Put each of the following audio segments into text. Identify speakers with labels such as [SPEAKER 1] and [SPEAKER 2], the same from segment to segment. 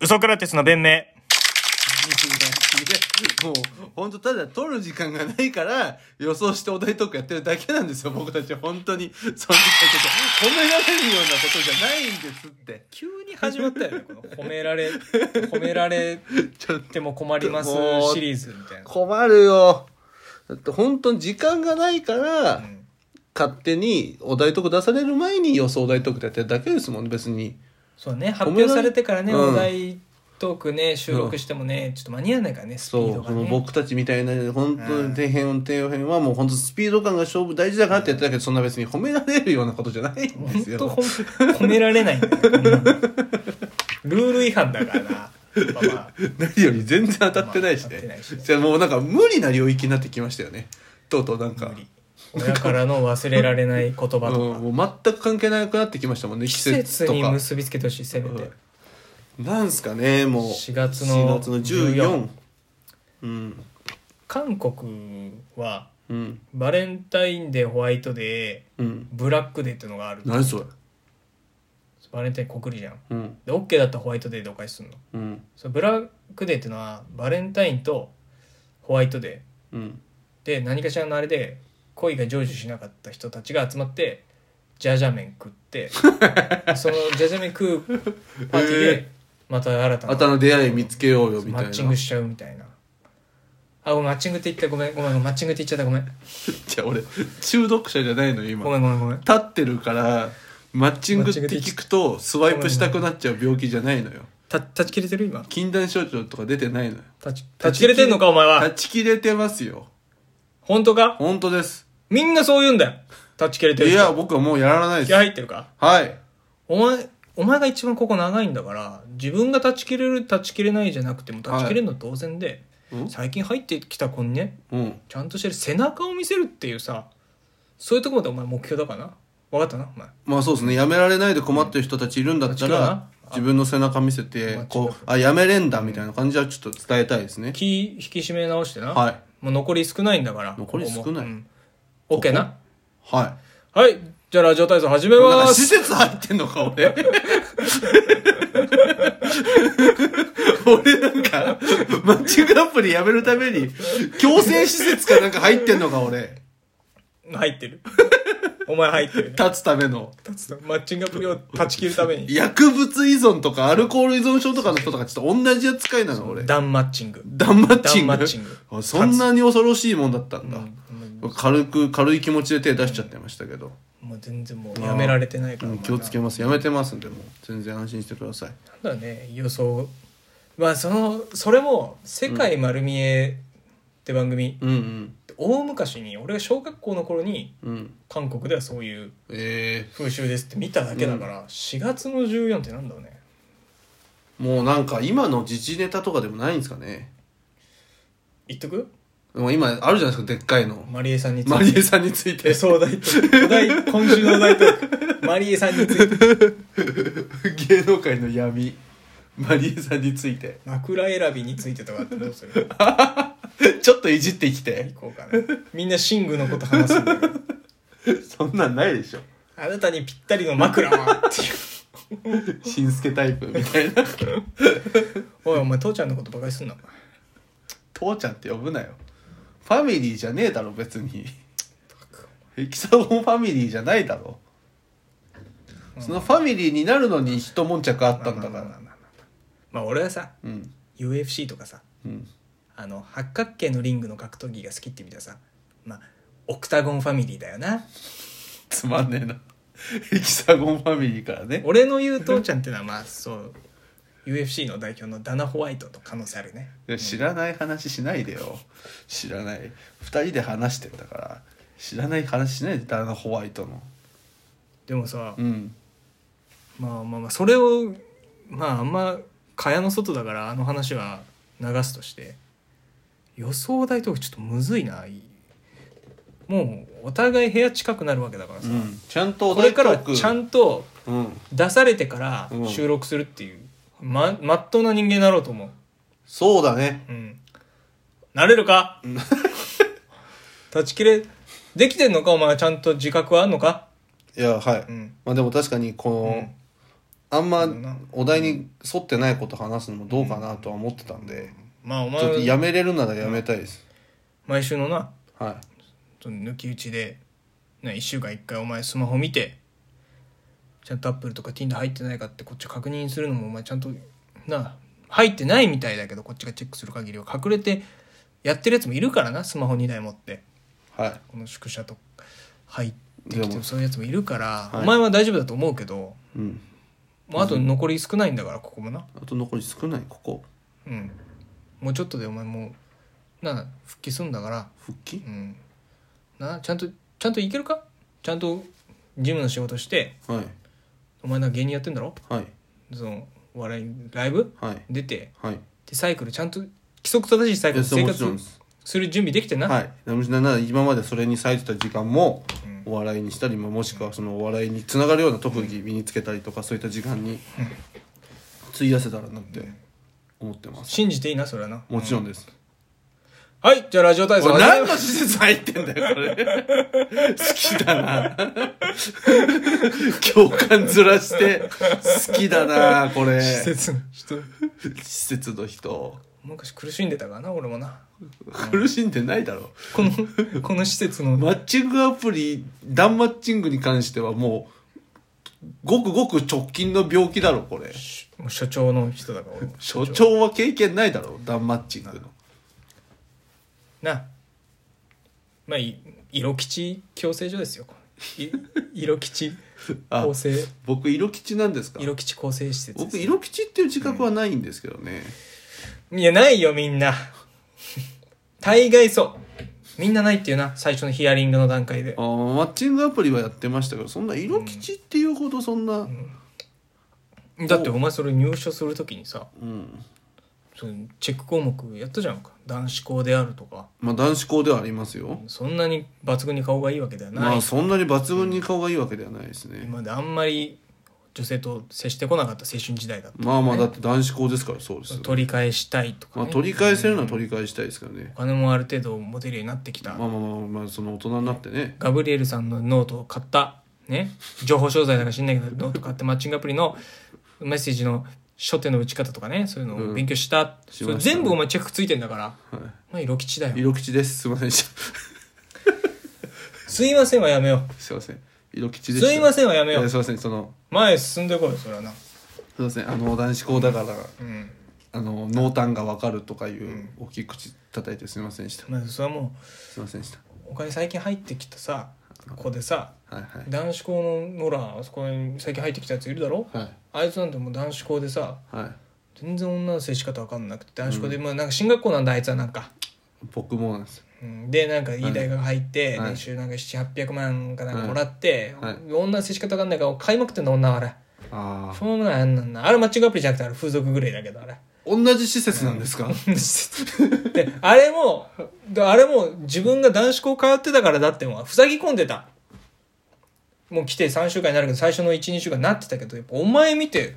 [SPEAKER 1] ウソクラテスの弁明。
[SPEAKER 2] もう、本当ただ撮る時間がないから、予想してお題トークやってるだけなんですよ、僕たち。本当に。そんなこと、褒められるようなことじゃないんですって。
[SPEAKER 3] 急に始まったよねこの褒められ褒められ
[SPEAKER 2] ちょっと、
[SPEAKER 3] ても困り ますシリーズみたいな、
[SPEAKER 2] 困るよ。だって本当に時間がないから、
[SPEAKER 3] うん
[SPEAKER 2] 勝手にお題トーク出される前に予想お題トークやってるだけですもん、別に。
[SPEAKER 3] そうね発表されてからね、
[SPEAKER 2] う
[SPEAKER 3] お
[SPEAKER 2] ん
[SPEAKER 3] 題トークね収録してもねちょっと間に合わないからねスピ
[SPEAKER 2] そ
[SPEAKER 3] ード
[SPEAKER 2] う、
[SPEAKER 3] が
[SPEAKER 2] この
[SPEAKER 3] ね
[SPEAKER 2] 僕たちみたいな、本当
[SPEAKER 3] う
[SPEAKER 2] に
[SPEAKER 3] ん
[SPEAKER 2] 底辺、底辺はもう本当スピード感が勝負大事だからってやっただけで、そんな別に褒められるようなことじゃないんで
[SPEAKER 3] 本
[SPEAKER 2] す
[SPEAKER 3] 当
[SPEAKER 2] よ。
[SPEAKER 3] 褒められないんだよこんなのルール違反だからな、まあま あ
[SPEAKER 2] 何より全然当たってないし
[SPEAKER 3] まあ当たってな
[SPEAKER 2] ね
[SPEAKER 3] いしね。
[SPEAKER 2] じゃあもうなんか無理な領域になってきましたよね。とうとうなんか
[SPEAKER 3] 無。理親からの忘れられない言葉と
[SPEAKER 2] う
[SPEAKER 3] か、
[SPEAKER 2] ん、もう全く関係なくなってきましたもんね、季
[SPEAKER 3] 季節
[SPEAKER 2] 節と
[SPEAKER 3] に
[SPEAKER 2] か。
[SPEAKER 3] 結びつけてほしいせめて、
[SPEAKER 2] うんなんすかね、もう。
[SPEAKER 3] 4月の
[SPEAKER 2] 4月の14
[SPEAKER 3] 14。
[SPEAKER 2] うん。
[SPEAKER 3] 韓国は
[SPEAKER 2] うん。
[SPEAKER 3] バレンタインデーホワイトデー
[SPEAKER 2] うん。
[SPEAKER 3] ブラックデーっていうのがある
[SPEAKER 2] 何それ。
[SPEAKER 3] バレンタイン告りじゃん
[SPEAKER 2] うん。
[SPEAKER 3] で OK だったらホワイトデーでお返しするの
[SPEAKER 2] うん。
[SPEAKER 3] そのブラックデーっていうのはバレンタインとホワイトデ
[SPEAKER 2] うん。
[SPEAKER 3] ーで何かしらのあれで恋が成就しなかった人たちが集まってジャージャー麺食って そのジャージャー麺食うパーティーでまた新たな
[SPEAKER 2] あたの出会い見つけようよ、み
[SPEAKER 3] マ
[SPEAKER 2] たいな。
[SPEAKER 3] ッチングしちゃうみたいなあごめんマッチングって言ったごめんごめんマッチングって言っちゃったごめん
[SPEAKER 2] じゃあ俺、中毒者じゃないのよ、今。
[SPEAKER 3] ごめんごめんごめん
[SPEAKER 2] 立ってるからマッチングって聞くとスワイプしたくなっちゃう病気じゃないのよ
[SPEAKER 3] た立ち切れてる今
[SPEAKER 2] 禁断症状とか出てないのよ
[SPEAKER 3] 立ち立ち切れてんのかお前は
[SPEAKER 2] 立ち切れてますよ
[SPEAKER 3] 本当か
[SPEAKER 2] 本当です
[SPEAKER 3] みんなそう言うんだよ立ち切れ
[SPEAKER 2] い
[SPEAKER 3] てる人
[SPEAKER 2] や僕はもうやらないで
[SPEAKER 3] 気合
[SPEAKER 2] す
[SPEAKER 3] 入ってるか
[SPEAKER 2] はい
[SPEAKER 3] お前、お前が一番ここ長いんだから、自分が断ち切れる、断ち切れないじゃなくても、断ち切れるの当然で、
[SPEAKER 2] うん
[SPEAKER 3] 最近入ってきた子にね、
[SPEAKER 2] うん
[SPEAKER 3] ちゃんとしてる背中を見せるっていうさ、そういうとこまでお前目標だからな。分かったな、お前。
[SPEAKER 2] まあそうですねやめられないで困ってる人たちいるんだった
[SPEAKER 3] 立ち切ろう
[SPEAKER 2] ら
[SPEAKER 3] な
[SPEAKER 2] 自分の背中見せて
[SPEAKER 3] マッチング
[SPEAKER 2] こうあやめれんだみたいな感じはちょっと伝えたいですね
[SPEAKER 3] 気引き締め直してな。
[SPEAKER 2] はい
[SPEAKER 3] もう残り少ないんだから。
[SPEAKER 2] 残り少ない
[SPEAKER 3] うん、OK な。
[SPEAKER 2] は
[SPEAKER 3] はい。じゃあラジオ体操始め
[SPEAKER 2] いなん
[SPEAKER 3] ま
[SPEAKER 2] か施
[SPEAKER 3] す。
[SPEAKER 2] 設入ってんのか俺俺なんかマッチングアプリやめるために強制施設かなんか入ってんのか俺
[SPEAKER 3] 入ってる。 お前入ってる、ね。
[SPEAKER 2] 立つための
[SPEAKER 3] 立つマッチングアプリを断ち切るために。
[SPEAKER 2] 薬物依存とかアルコール依存症とかの人とかちょっと同じ扱いなの俺
[SPEAKER 3] ダンマッチング。
[SPEAKER 2] ダンマッチング
[SPEAKER 3] ダンマッチング
[SPEAKER 2] あそんなに恐ろしいもんだったんだ、
[SPEAKER 3] うん
[SPEAKER 2] 軽く軽い気持ちで手出しちゃってましたけど、
[SPEAKER 3] もう全然もうやめられてないか
[SPEAKER 2] う
[SPEAKER 3] ら
[SPEAKER 2] ん気をつけますやめてますんでもう全然安心してください
[SPEAKER 3] なんだね予想まあそのそれも「世界丸見え」って番組、
[SPEAKER 2] うんうん
[SPEAKER 3] 大昔に俺が小学校の頃に
[SPEAKER 2] うん
[SPEAKER 3] 韓国ではそういう
[SPEAKER 2] え
[SPEAKER 3] 風習ですって見ただけだから、4月の14ってなんだろうね
[SPEAKER 2] ー、もうなんか今の時事ネタとかでもないんですかね
[SPEAKER 3] 言っとく
[SPEAKER 2] でも今あるじゃないですかでっかいの
[SPEAKER 3] マリエさんについて
[SPEAKER 2] マリエさんについて
[SPEAKER 3] えそうだお題今週のお題とマリエさんについて
[SPEAKER 2] 芸能界の闇マリエさんについて
[SPEAKER 3] 枕選びについてとかあってどうする
[SPEAKER 2] ちょっといじってきて
[SPEAKER 3] 行こうかなみんな寝具のこと話すんだけど
[SPEAKER 2] そんなんないでしょ
[SPEAKER 3] あなたにぴったりの枕はっていう
[SPEAKER 2] しんすけタイプみたいな
[SPEAKER 3] おいお前父ちゃんのことばかりすんなお前
[SPEAKER 2] 父ちゃんって呼ぶなよファミリーじゃねえだろ別にヘキサゴンファミリーじゃないだろそのファミリーになるのに一悶着あったんだ
[SPEAKER 3] ま
[SPEAKER 2] か
[SPEAKER 3] あまあまあまあ
[SPEAKER 2] ら
[SPEAKER 3] まあまあ俺はさ
[SPEAKER 2] うん
[SPEAKER 3] UFC とかさ
[SPEAKER 2] うん
[SPEAKER 3] あの八角形のリングの格闘技が好きって意味ではさまあオクタゴンファミリーだよな
[SPEAKER 2] つまんねえなヘキサゴンファミリーからね
[SPEAKER 3] 俺の言う父ちゃんってのはまあそう UFC の代表のダナ・ホワイトと可能性あるね
[SPEAKER 2] いや知らない話しないでよ知らない二人で話してんだから知らない話しないでダナ・ホワイトの
[SPEAKER 3] でもさ、
[SPEAKER 2] うん
[SPEAKER 3] まあまあまあそれをまああんま蚊帳の外だからあの話は流すとして予想大とかちょっとむずいないもうお互い部屋近くなるわけだから
[SPEAKER 2] う
[SPEAKER 3] さ、
[SPEAKER 2] んちゃんとお
[SPEAKER 3] これ
[SPEAKER 2] 題
[SPEAKER 3] から
[SPEAKER 2] トーク
[SPEAKER 3] ちゃんと
[SPEAKER 2] うん
[SPEAKER 3] 出されてから
[SPEAKER 2] うん
[SPEAKER 3] 収録するっていう、ままっとうな人間になろうと思う
[SPEAKER 2] そうだね
[SPEAKER 3] うんなれるか 断ち切れできてんのかお前はちゃんと自覚はあんのか
[SPEAKER 2] いやはい、
[SPEAKER 3] うん
[SPEAKER 2] まあでも確かにこの、あんま
[SPEAKER 3] そうだな
[SPEAKER 2] お題に沿ってないこと話すのもどうかなとは思ってたんで、
[SPEAKER 3] まあお
[SPEAKER 2] ちょっと
[SPEAKER 3] 前
[SPEAKER 2] やめれるならやめたいです、
[SPEAKER 3] 毎週のな
[SPEAKER 2] はい
[SPEAKER 3] その抜き打ちで、ね、1週間1回お前スマホ見てちゃんとアップルとか Tinder 入ってないかってこっち確認するのもお前ちゃんとな入ってないみたいだけどこっちがチェックする限りは隠れてやってるやつもいるからなスマホ2台持って
[SPEAKER 2] はい
[SPEAKER 3] この宿舎と入って
[SPEAKER 2] で
[SPEAKER 3] き
[SPEAKER 2] も
[SPEAKER 3] てそういうやつもいるから、
[SPEAKER 2] はい
[SPEAKER 3] お前は大丈夫だと思うけど
[SPEAKER 2] うん
[SPEAKER 3] もうあと残り少ないんだからここもな
[SPEAKER 2] あと残り少ないここ
[SPEAKER 3] うんもうちょっとでお前もうな復帰すんだから
[SPEAKER 2] 復帰
[SPEAKER 3] うん、なちゃんとちゃんといけるかちゃんとジムの仕事して
[SPEAKER 2] はい
[SPEAKER 3] お前なんか芸人やってんだろ
[SPEAKER 2] はい
[SPEAKER 3] そのお笑いライブ
[SPEAKER 2] はい
[SPEAKER 3] 出て
[SPEAKER 2] はい
[SPEAKER 3] でサイクルちゃんと規則正しいサイ
[SPEAKER 2] い
[SPEAKER 3] クル
[SPEAKER 2] や
[SPEAKER 3] で
[SPEAKER 2] そう
[SPEAKER 3] 生
[SPEAKER 2] もちろん
[SPEAKER 3] 活
[SPEAKER 2] です
[SPEAKER 3] する準備できてんな、
[SPEAKER 2] はいでもなんなら今までそれに割いてた時間も
[SPEAKER 3] うん
[SPEAKER 2] お笑いにしたりまあもしくはそのお笑いにつながるような特技身につけたりとかそういった時間に費やせたらなって思ってます
[SPEAKER 3] 信じていいなそれはな
[SPEAKER 2] もちろん
[SPEAKER 3] う
[SPEAKER 2] です、
[SPEAKER 3] はいじゃあラジオ体操
[SPEAKER 2] おい
[SPEAKER 3] 始め
[SPEAKER 2] 何の施設入ってんだよこれ好きだな共感ずらして好きだなこれ
[SPEAKER 3] 施
[SPEAKER 2] 施
[SPEAKER 3] 設の人
[SPEAKER 2] 設の人
[SPEAKER 3] 昔苦しんでたからな俺もな
[SPEAKER 2] 苦しんでないだろ
[SPEAKER 3] こ のこの施設の
[SPEAKER 2] マッチングアプリ、ダンマッチングに関してはもう、ごくごく直近の病気だろ、これ。
[SPEAKER 3] もう所長の人だから俺も
[SPEAKER 2] 所長は経験ないだろ、ダンマッチングの。
[SPEAKER 3] なまあい色吉矯正所ですよい色吉
[SPEAKER 2] あ
[SPEAKER 3] 構成
[SPEAKER 2] 僕、色吉なんですか
[SPEAKER 3] 色吉構成施設です
[SPEAKER 2] 僕、色吉っていう自覚はないんですけどね。
[SPEAKER 3] いやないよみんな大概そうみんなないっていうな最初のヒアリングの段階で
[SPEAKER 2] あーマッチングアプリはやってましたけど、そんな色吉っていうほどそんな、
[SPEAKER 3] だってお前それ入所するときにさ
[SPEAKER 2] うん。
[SPEAKER 3] そのチェック項目やったじゃんか男子校であるとか
[SPEAKER 2] まあ、男子校ではありますよ。
[SPEAKER 3] そんなに抜群に顔がいいわけではな
[SPEAKER 2] ま
[SPEAKER 3] い
[SPEAKER 2] あ、そんなに抜群に顔がいいわけではないですね。
[SPEAKER 3] 今まであんまり女性と接してこなかった青春時代だった
[SPEAKER 2] まあまあ、だって男子校ですから、そうです。
[SPEAKER 3] 取り返したいとか、
[SPEAKER 2] ま
[SPEAKER 3] ね
[SPEAKER 2] あ、取り返せるのは取り返したいですけどね。
[SPEAKER 3] お金もある程度持てるようになってきた、
[SPEAKER 2] まあまあまあまあその大人になってね
[SPEAKER 3] ガブリエルさんのノートを買った、ね、情報商材だか知んないけどノート買ってマッチングアプリのメッセージの初手の打ち方とかねそういうのを勉強した,、
[SPEAKER 2] し
[SPEAKER 3] そ
[SPEAKER 2] ました
[SPEAKER 3] れ
[SPEAKER 2] ね
[SPEAKER 3] 全部お前チェックついてんだから、
[SPEAKER 2] はい
[SPEAKER 3] まあ色吉だよ
[SPEAKER 2] 色吉ですすいません でした
[SPEAKER 3] すいませんはやめよ
[SPEAKER 2] すいません色吉
[SPEAKER 3] う
[SPEAKER 2] でした
[SPEAKER 3] すいませんはやめよ
[SPEAKER 2] や
[SPEAKER 3] う
[SPEAKER 2] すいませんその
[SPEAKER 3] 前へ進んでこいよそれはな
[SPEAKER 2] すいませんあの男子校だから、
[SPEAKER 3] うん
[SPEAKER 2] あの濃淡が分かるとかいう大きい口叩いてすいませんでした、
[SPEAKER 3] まあそれはも
[SPEAKER 2] すいませんでし
[SPEAKER 3] うお金最近入ってきたさ子でさ
[SPEAKER 2] たはいはい
[SPEAKER 3] 男子校のほらあそこに最近入ってきたやついるだろ
[SPEAKER 2] はい
[SPEAKER 3] あいつなんてもう男子校でさ
[SPEAKER 2] はい
[SPEAKER 3] 全然女の接し方わかんなくて男子校で、まあなんか進学校なんだあいつはなんか
[SPEAKER 2] 僕もなんです
[SPEAKER 3] うんでなんかいい大学入って、
[SPEAKER 2] はい
[SPEAKER 3] 年収なんか700800万かなんか
[SPEAKER 2] はい
[SPEAKER 3] もらって、
[SPEAKER 2] はい
[SPEAKER 3] 女の接し方わかんないから買いまくってんだ女はあれ
[SPEAKER 2] ああ
[SPEAKER 3] そうもないあんなんなあれマッチングアプリじゃなくてあれ風俗ぐらいだけどあれ
[SPEAKER 2] 同じ施設なんです か、
[SPEAKER 3] であれもであれも自分が男子校通ってたからだってもう塞ぎ込んでたもう来て3週間になるけど最初の12週間になってたけどやっぱお前見て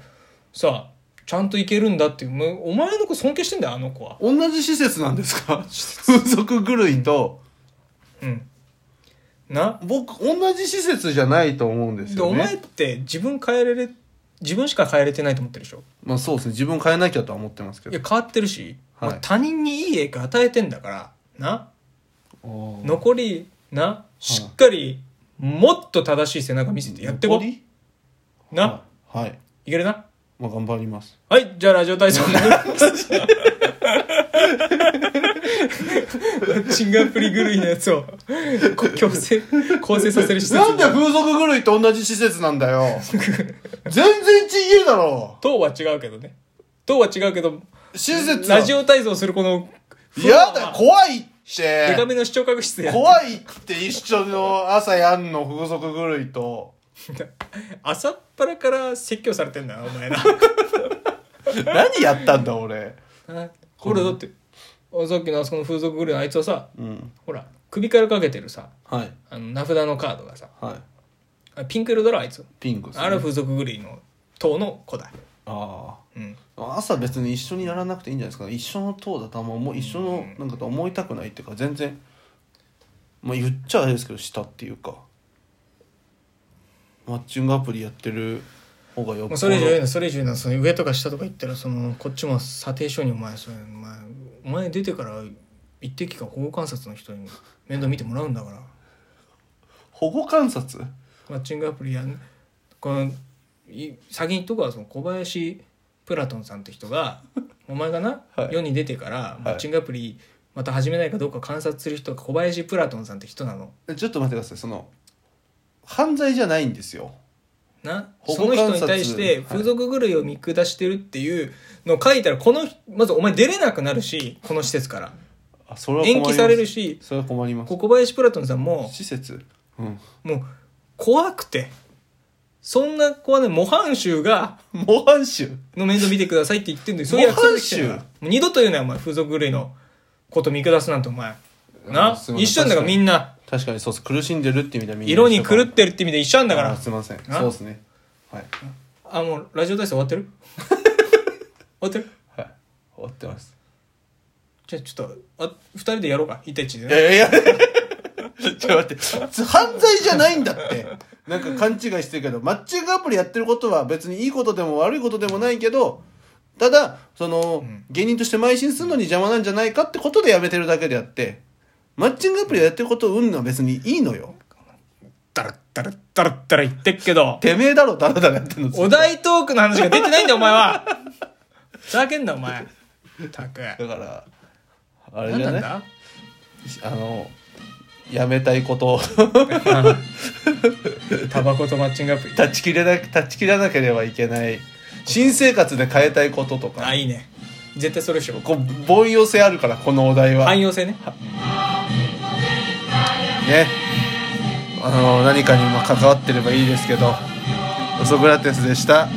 [SPEAKER 3] さちゃんといけるんだっていうもうお前の子尊敬してんだよあの子は
[SPEAKER 2] 同じ施設なんですか風俗狂いと
[SPEAKER 3] うんな
[SPEAKER 2] 僕同じ施設じゃないと思うんです
[SPEAKER 3] で
[SPEAKER 2] よ
[SPEAKER 3] お
[SPEAKER 2] ね
[SPEAKER 3] 前って自分変えれれ自分しか変えれてないと思ってるでしょ
[SPEAKER 2] まあそうですね自分変えなきゃとは思ってますけ
[SPEAKER 3] い
[SPEAKER 2] ど
[SPEAKER 3] や変わってるし、
[SPEAKER 2] は
[SPEAKER 3] お
[SPEAKER 2] い
[SPEAKER 3] 前他人にいい影響与えてんだからな
[SPEAKER 2] あー
[SPEAKER 3] 残りなしっかりもっと正しい背中見せてやってこ
[SPEAKER 2] 残り
[SPEAKER 3] な、
[SPEAKER 2] はいはい
[SPEAKER 3] い、けるな
[SPEAKER 2] まあ頑張ります
[SPEAKER 3] はいじゃあラジオ体操マ ッチングアプリ狂いのやつをこ強制構成させる施設
[SPEAKER 2] なんで風俗狂いと同じ施設なん だよ全然ちげえだろ
[SPEAKER 3] 党は違うけどね党は違うけど
[SPEAKER 2] 施設
[SPEAKER 3] ラジ
[SPEAKER 2] オ
[SPEAKER 3] オ体操するこの
[SPEAKER 2] やだ怖いっ
[SPEAKER 3] デカ
[SPEAKER 2] て
[SPEAKER 3] めの視聴覚室でや
[SPEAKER 2] 怖いって一緒の朝やんの風俗狂いと
[SPEAKER 3] 朝っぱらから説教されてんだなお前 な
[SPEAKER 2] 何やったんだ俺
[SPEAKER 3] あこれだって、あさっきのあそこの風俗狂いのあいつはさ
[SPEAKER 2] うん
[SPEAKER 3] ほら首からかけてるさ
[SPEAKER 2] はい
[SPEAKER 3] あの名札のカードがさ
[SPEAKER 2] はい
[SPEAKER 3] あピンク色だろあいつ
[SPEAKER 2] ピンクですね
[SPEAKER 3] あれは風俗狂いの党の子だ
[SPEAKER 2] あ
[SPEAKER 3] うん
[SPEAKER 2] あ朝別に一緒にやらなくていいんじゃないですか一緒の塔だとあんま思う一緒のなんかと思いたくないっていうか全然まあ言っちゃあれですけどしたっていうかマッチングアプリやってる方がよ
[SPEAKER 3] も
[SPEAKER 2] っ
[SPEAKER 3] う
[SPEAKER 2] ぽ
[SPEAKER 3] それ以上言う
[SPEAKER 2] ど
[SPEAKER 3] なそれ以上言うなその上とか下とか言ったらそのこっちも査定書にお前それお前お前出てから一定期間保護観察の人に面倒見てもらうんだから
[SPEAKER 2] 保護観察
[SPEAKER 3] マッチングアプリやんこのい先に言っとくわその小林プラトンさんって人 がお前がな、
[SPEAKER 2] はい
[SPEAKER 3] 世に出てからマッチングアプリまた始めないかどうか観察する人が小林プラトンさんって人なの
[SPEAKER 2] えちょっと待ってくださいその犯罪じゃないんですよ
[SPEAKER 3] な
[SPEAKER 2] 保
[SPEAKER 3] そ
[SPEAKER 2] 護
[SPEAKER 3] の
[SPEAKER 2] 観
[SPEAKER 3] 人
[SPEAKER 2] 察
[SPEAKER 3] に対して
[SPEAKER 2] はい
[SPEAKER 3] 風俗狂いを見下してるっていうのを書いたらこの人まずお前出れなくなるしこの施設から
[SPEAKER 2] あそれは困り
[SPEAKER 3] 延
[SPEAKER 2] ます
[SPEAKER 3] 期されるし
[SPEAKER 2] それは困ります
[SPEAKER 3] こ小林プラトンさんも
[SPEAKER 2] 施設うん
[SPEAKER 3] もう怖くてそんな子はね模範囚が
[SPEAKER 2] 模範囚
[SPEAKER 3] の面倒見てくださいって言ってんだよそういう約束してるから
[SPEAKER 2] 模
[SPEAKER 3] もう
[SPEAKER 2] 範
[SPEAKER 3] 二度と言うなよお前風俗狂いのこと見下すなんてお前
[SPEAKER 2] あ
[SPEAKER 3] な
[SPEAKER 2] すいません
[SPEAKER 3] 一緒なんだからみんな
[SPEAKER 2] 確かにそうです苦しんでるって意味ではみんな
[SPEAKER 3] 色に狂っ
[SPEAKER 2] 一緒
[SPEAKER 3] てるって意味で一緒なんだか
[SPEAKER 2] からあ
[SPEAKER 3] ら
[SPEAKER 2] すいません
[SPEAKER 3] な
[SPEAKER 2] そうですねはい
[SPEAKER 3] あもうラジオ体操終わって る終わってる
[SPEAKER 2] はい終わってます
[SPEAKER 3] じゃあちょっとあ二人でやろうか一対一で
[SPEAKER 2] い
[SPEAKER 3] ね
[SPEAKER 2] やいやいやちょっと待って犯罪じゃないんだってなんか勘違いしてるけどマッチングアプリやってることは別にいいことでも悪いことでもないけどただその、
[SPEAKER 3] ん
[SPEAKER 2] 芸人として邁進するのに邪魔なんじゃないかってことでやめてるだけであってマッチングアプリやってることをうんのは別にいいのよ
[SPEAKER 3] ダラッダラッダラッダラ言ってっけど
[SPEAKER 2] てめえだろダラダラやってんのずっと
[SPEAKER 3] お題トークの話が出てないんだよお前はふざけんなお前たく
[SPEAKER 2] だからあれ
[SPEAKER 3] 何
[SPEAKER 2] じ
[SPEAKER 3] な
[SPEAKER 2] ゃ
[SPEAKER 3] ん
[SPEAKER 2] ない
[SPEAKER 3] だ
[SPEAKER 2] あのやめたいことを
[SPEAKER 3] タバコとマッチングアプリ
[SPEAKER 2] 断ち切れな断ち切らなければいけない新生活で変えたいこととか
[SPEAKER 3] あいいね絶対それでしょ
[SPEAKER 2] こう凡庸性あるからこのお題は
[SPEAKER 3] 汎用性ね
[SPEAKER 2] ねあの何かにも関わってればいいですけどウソグラテスでした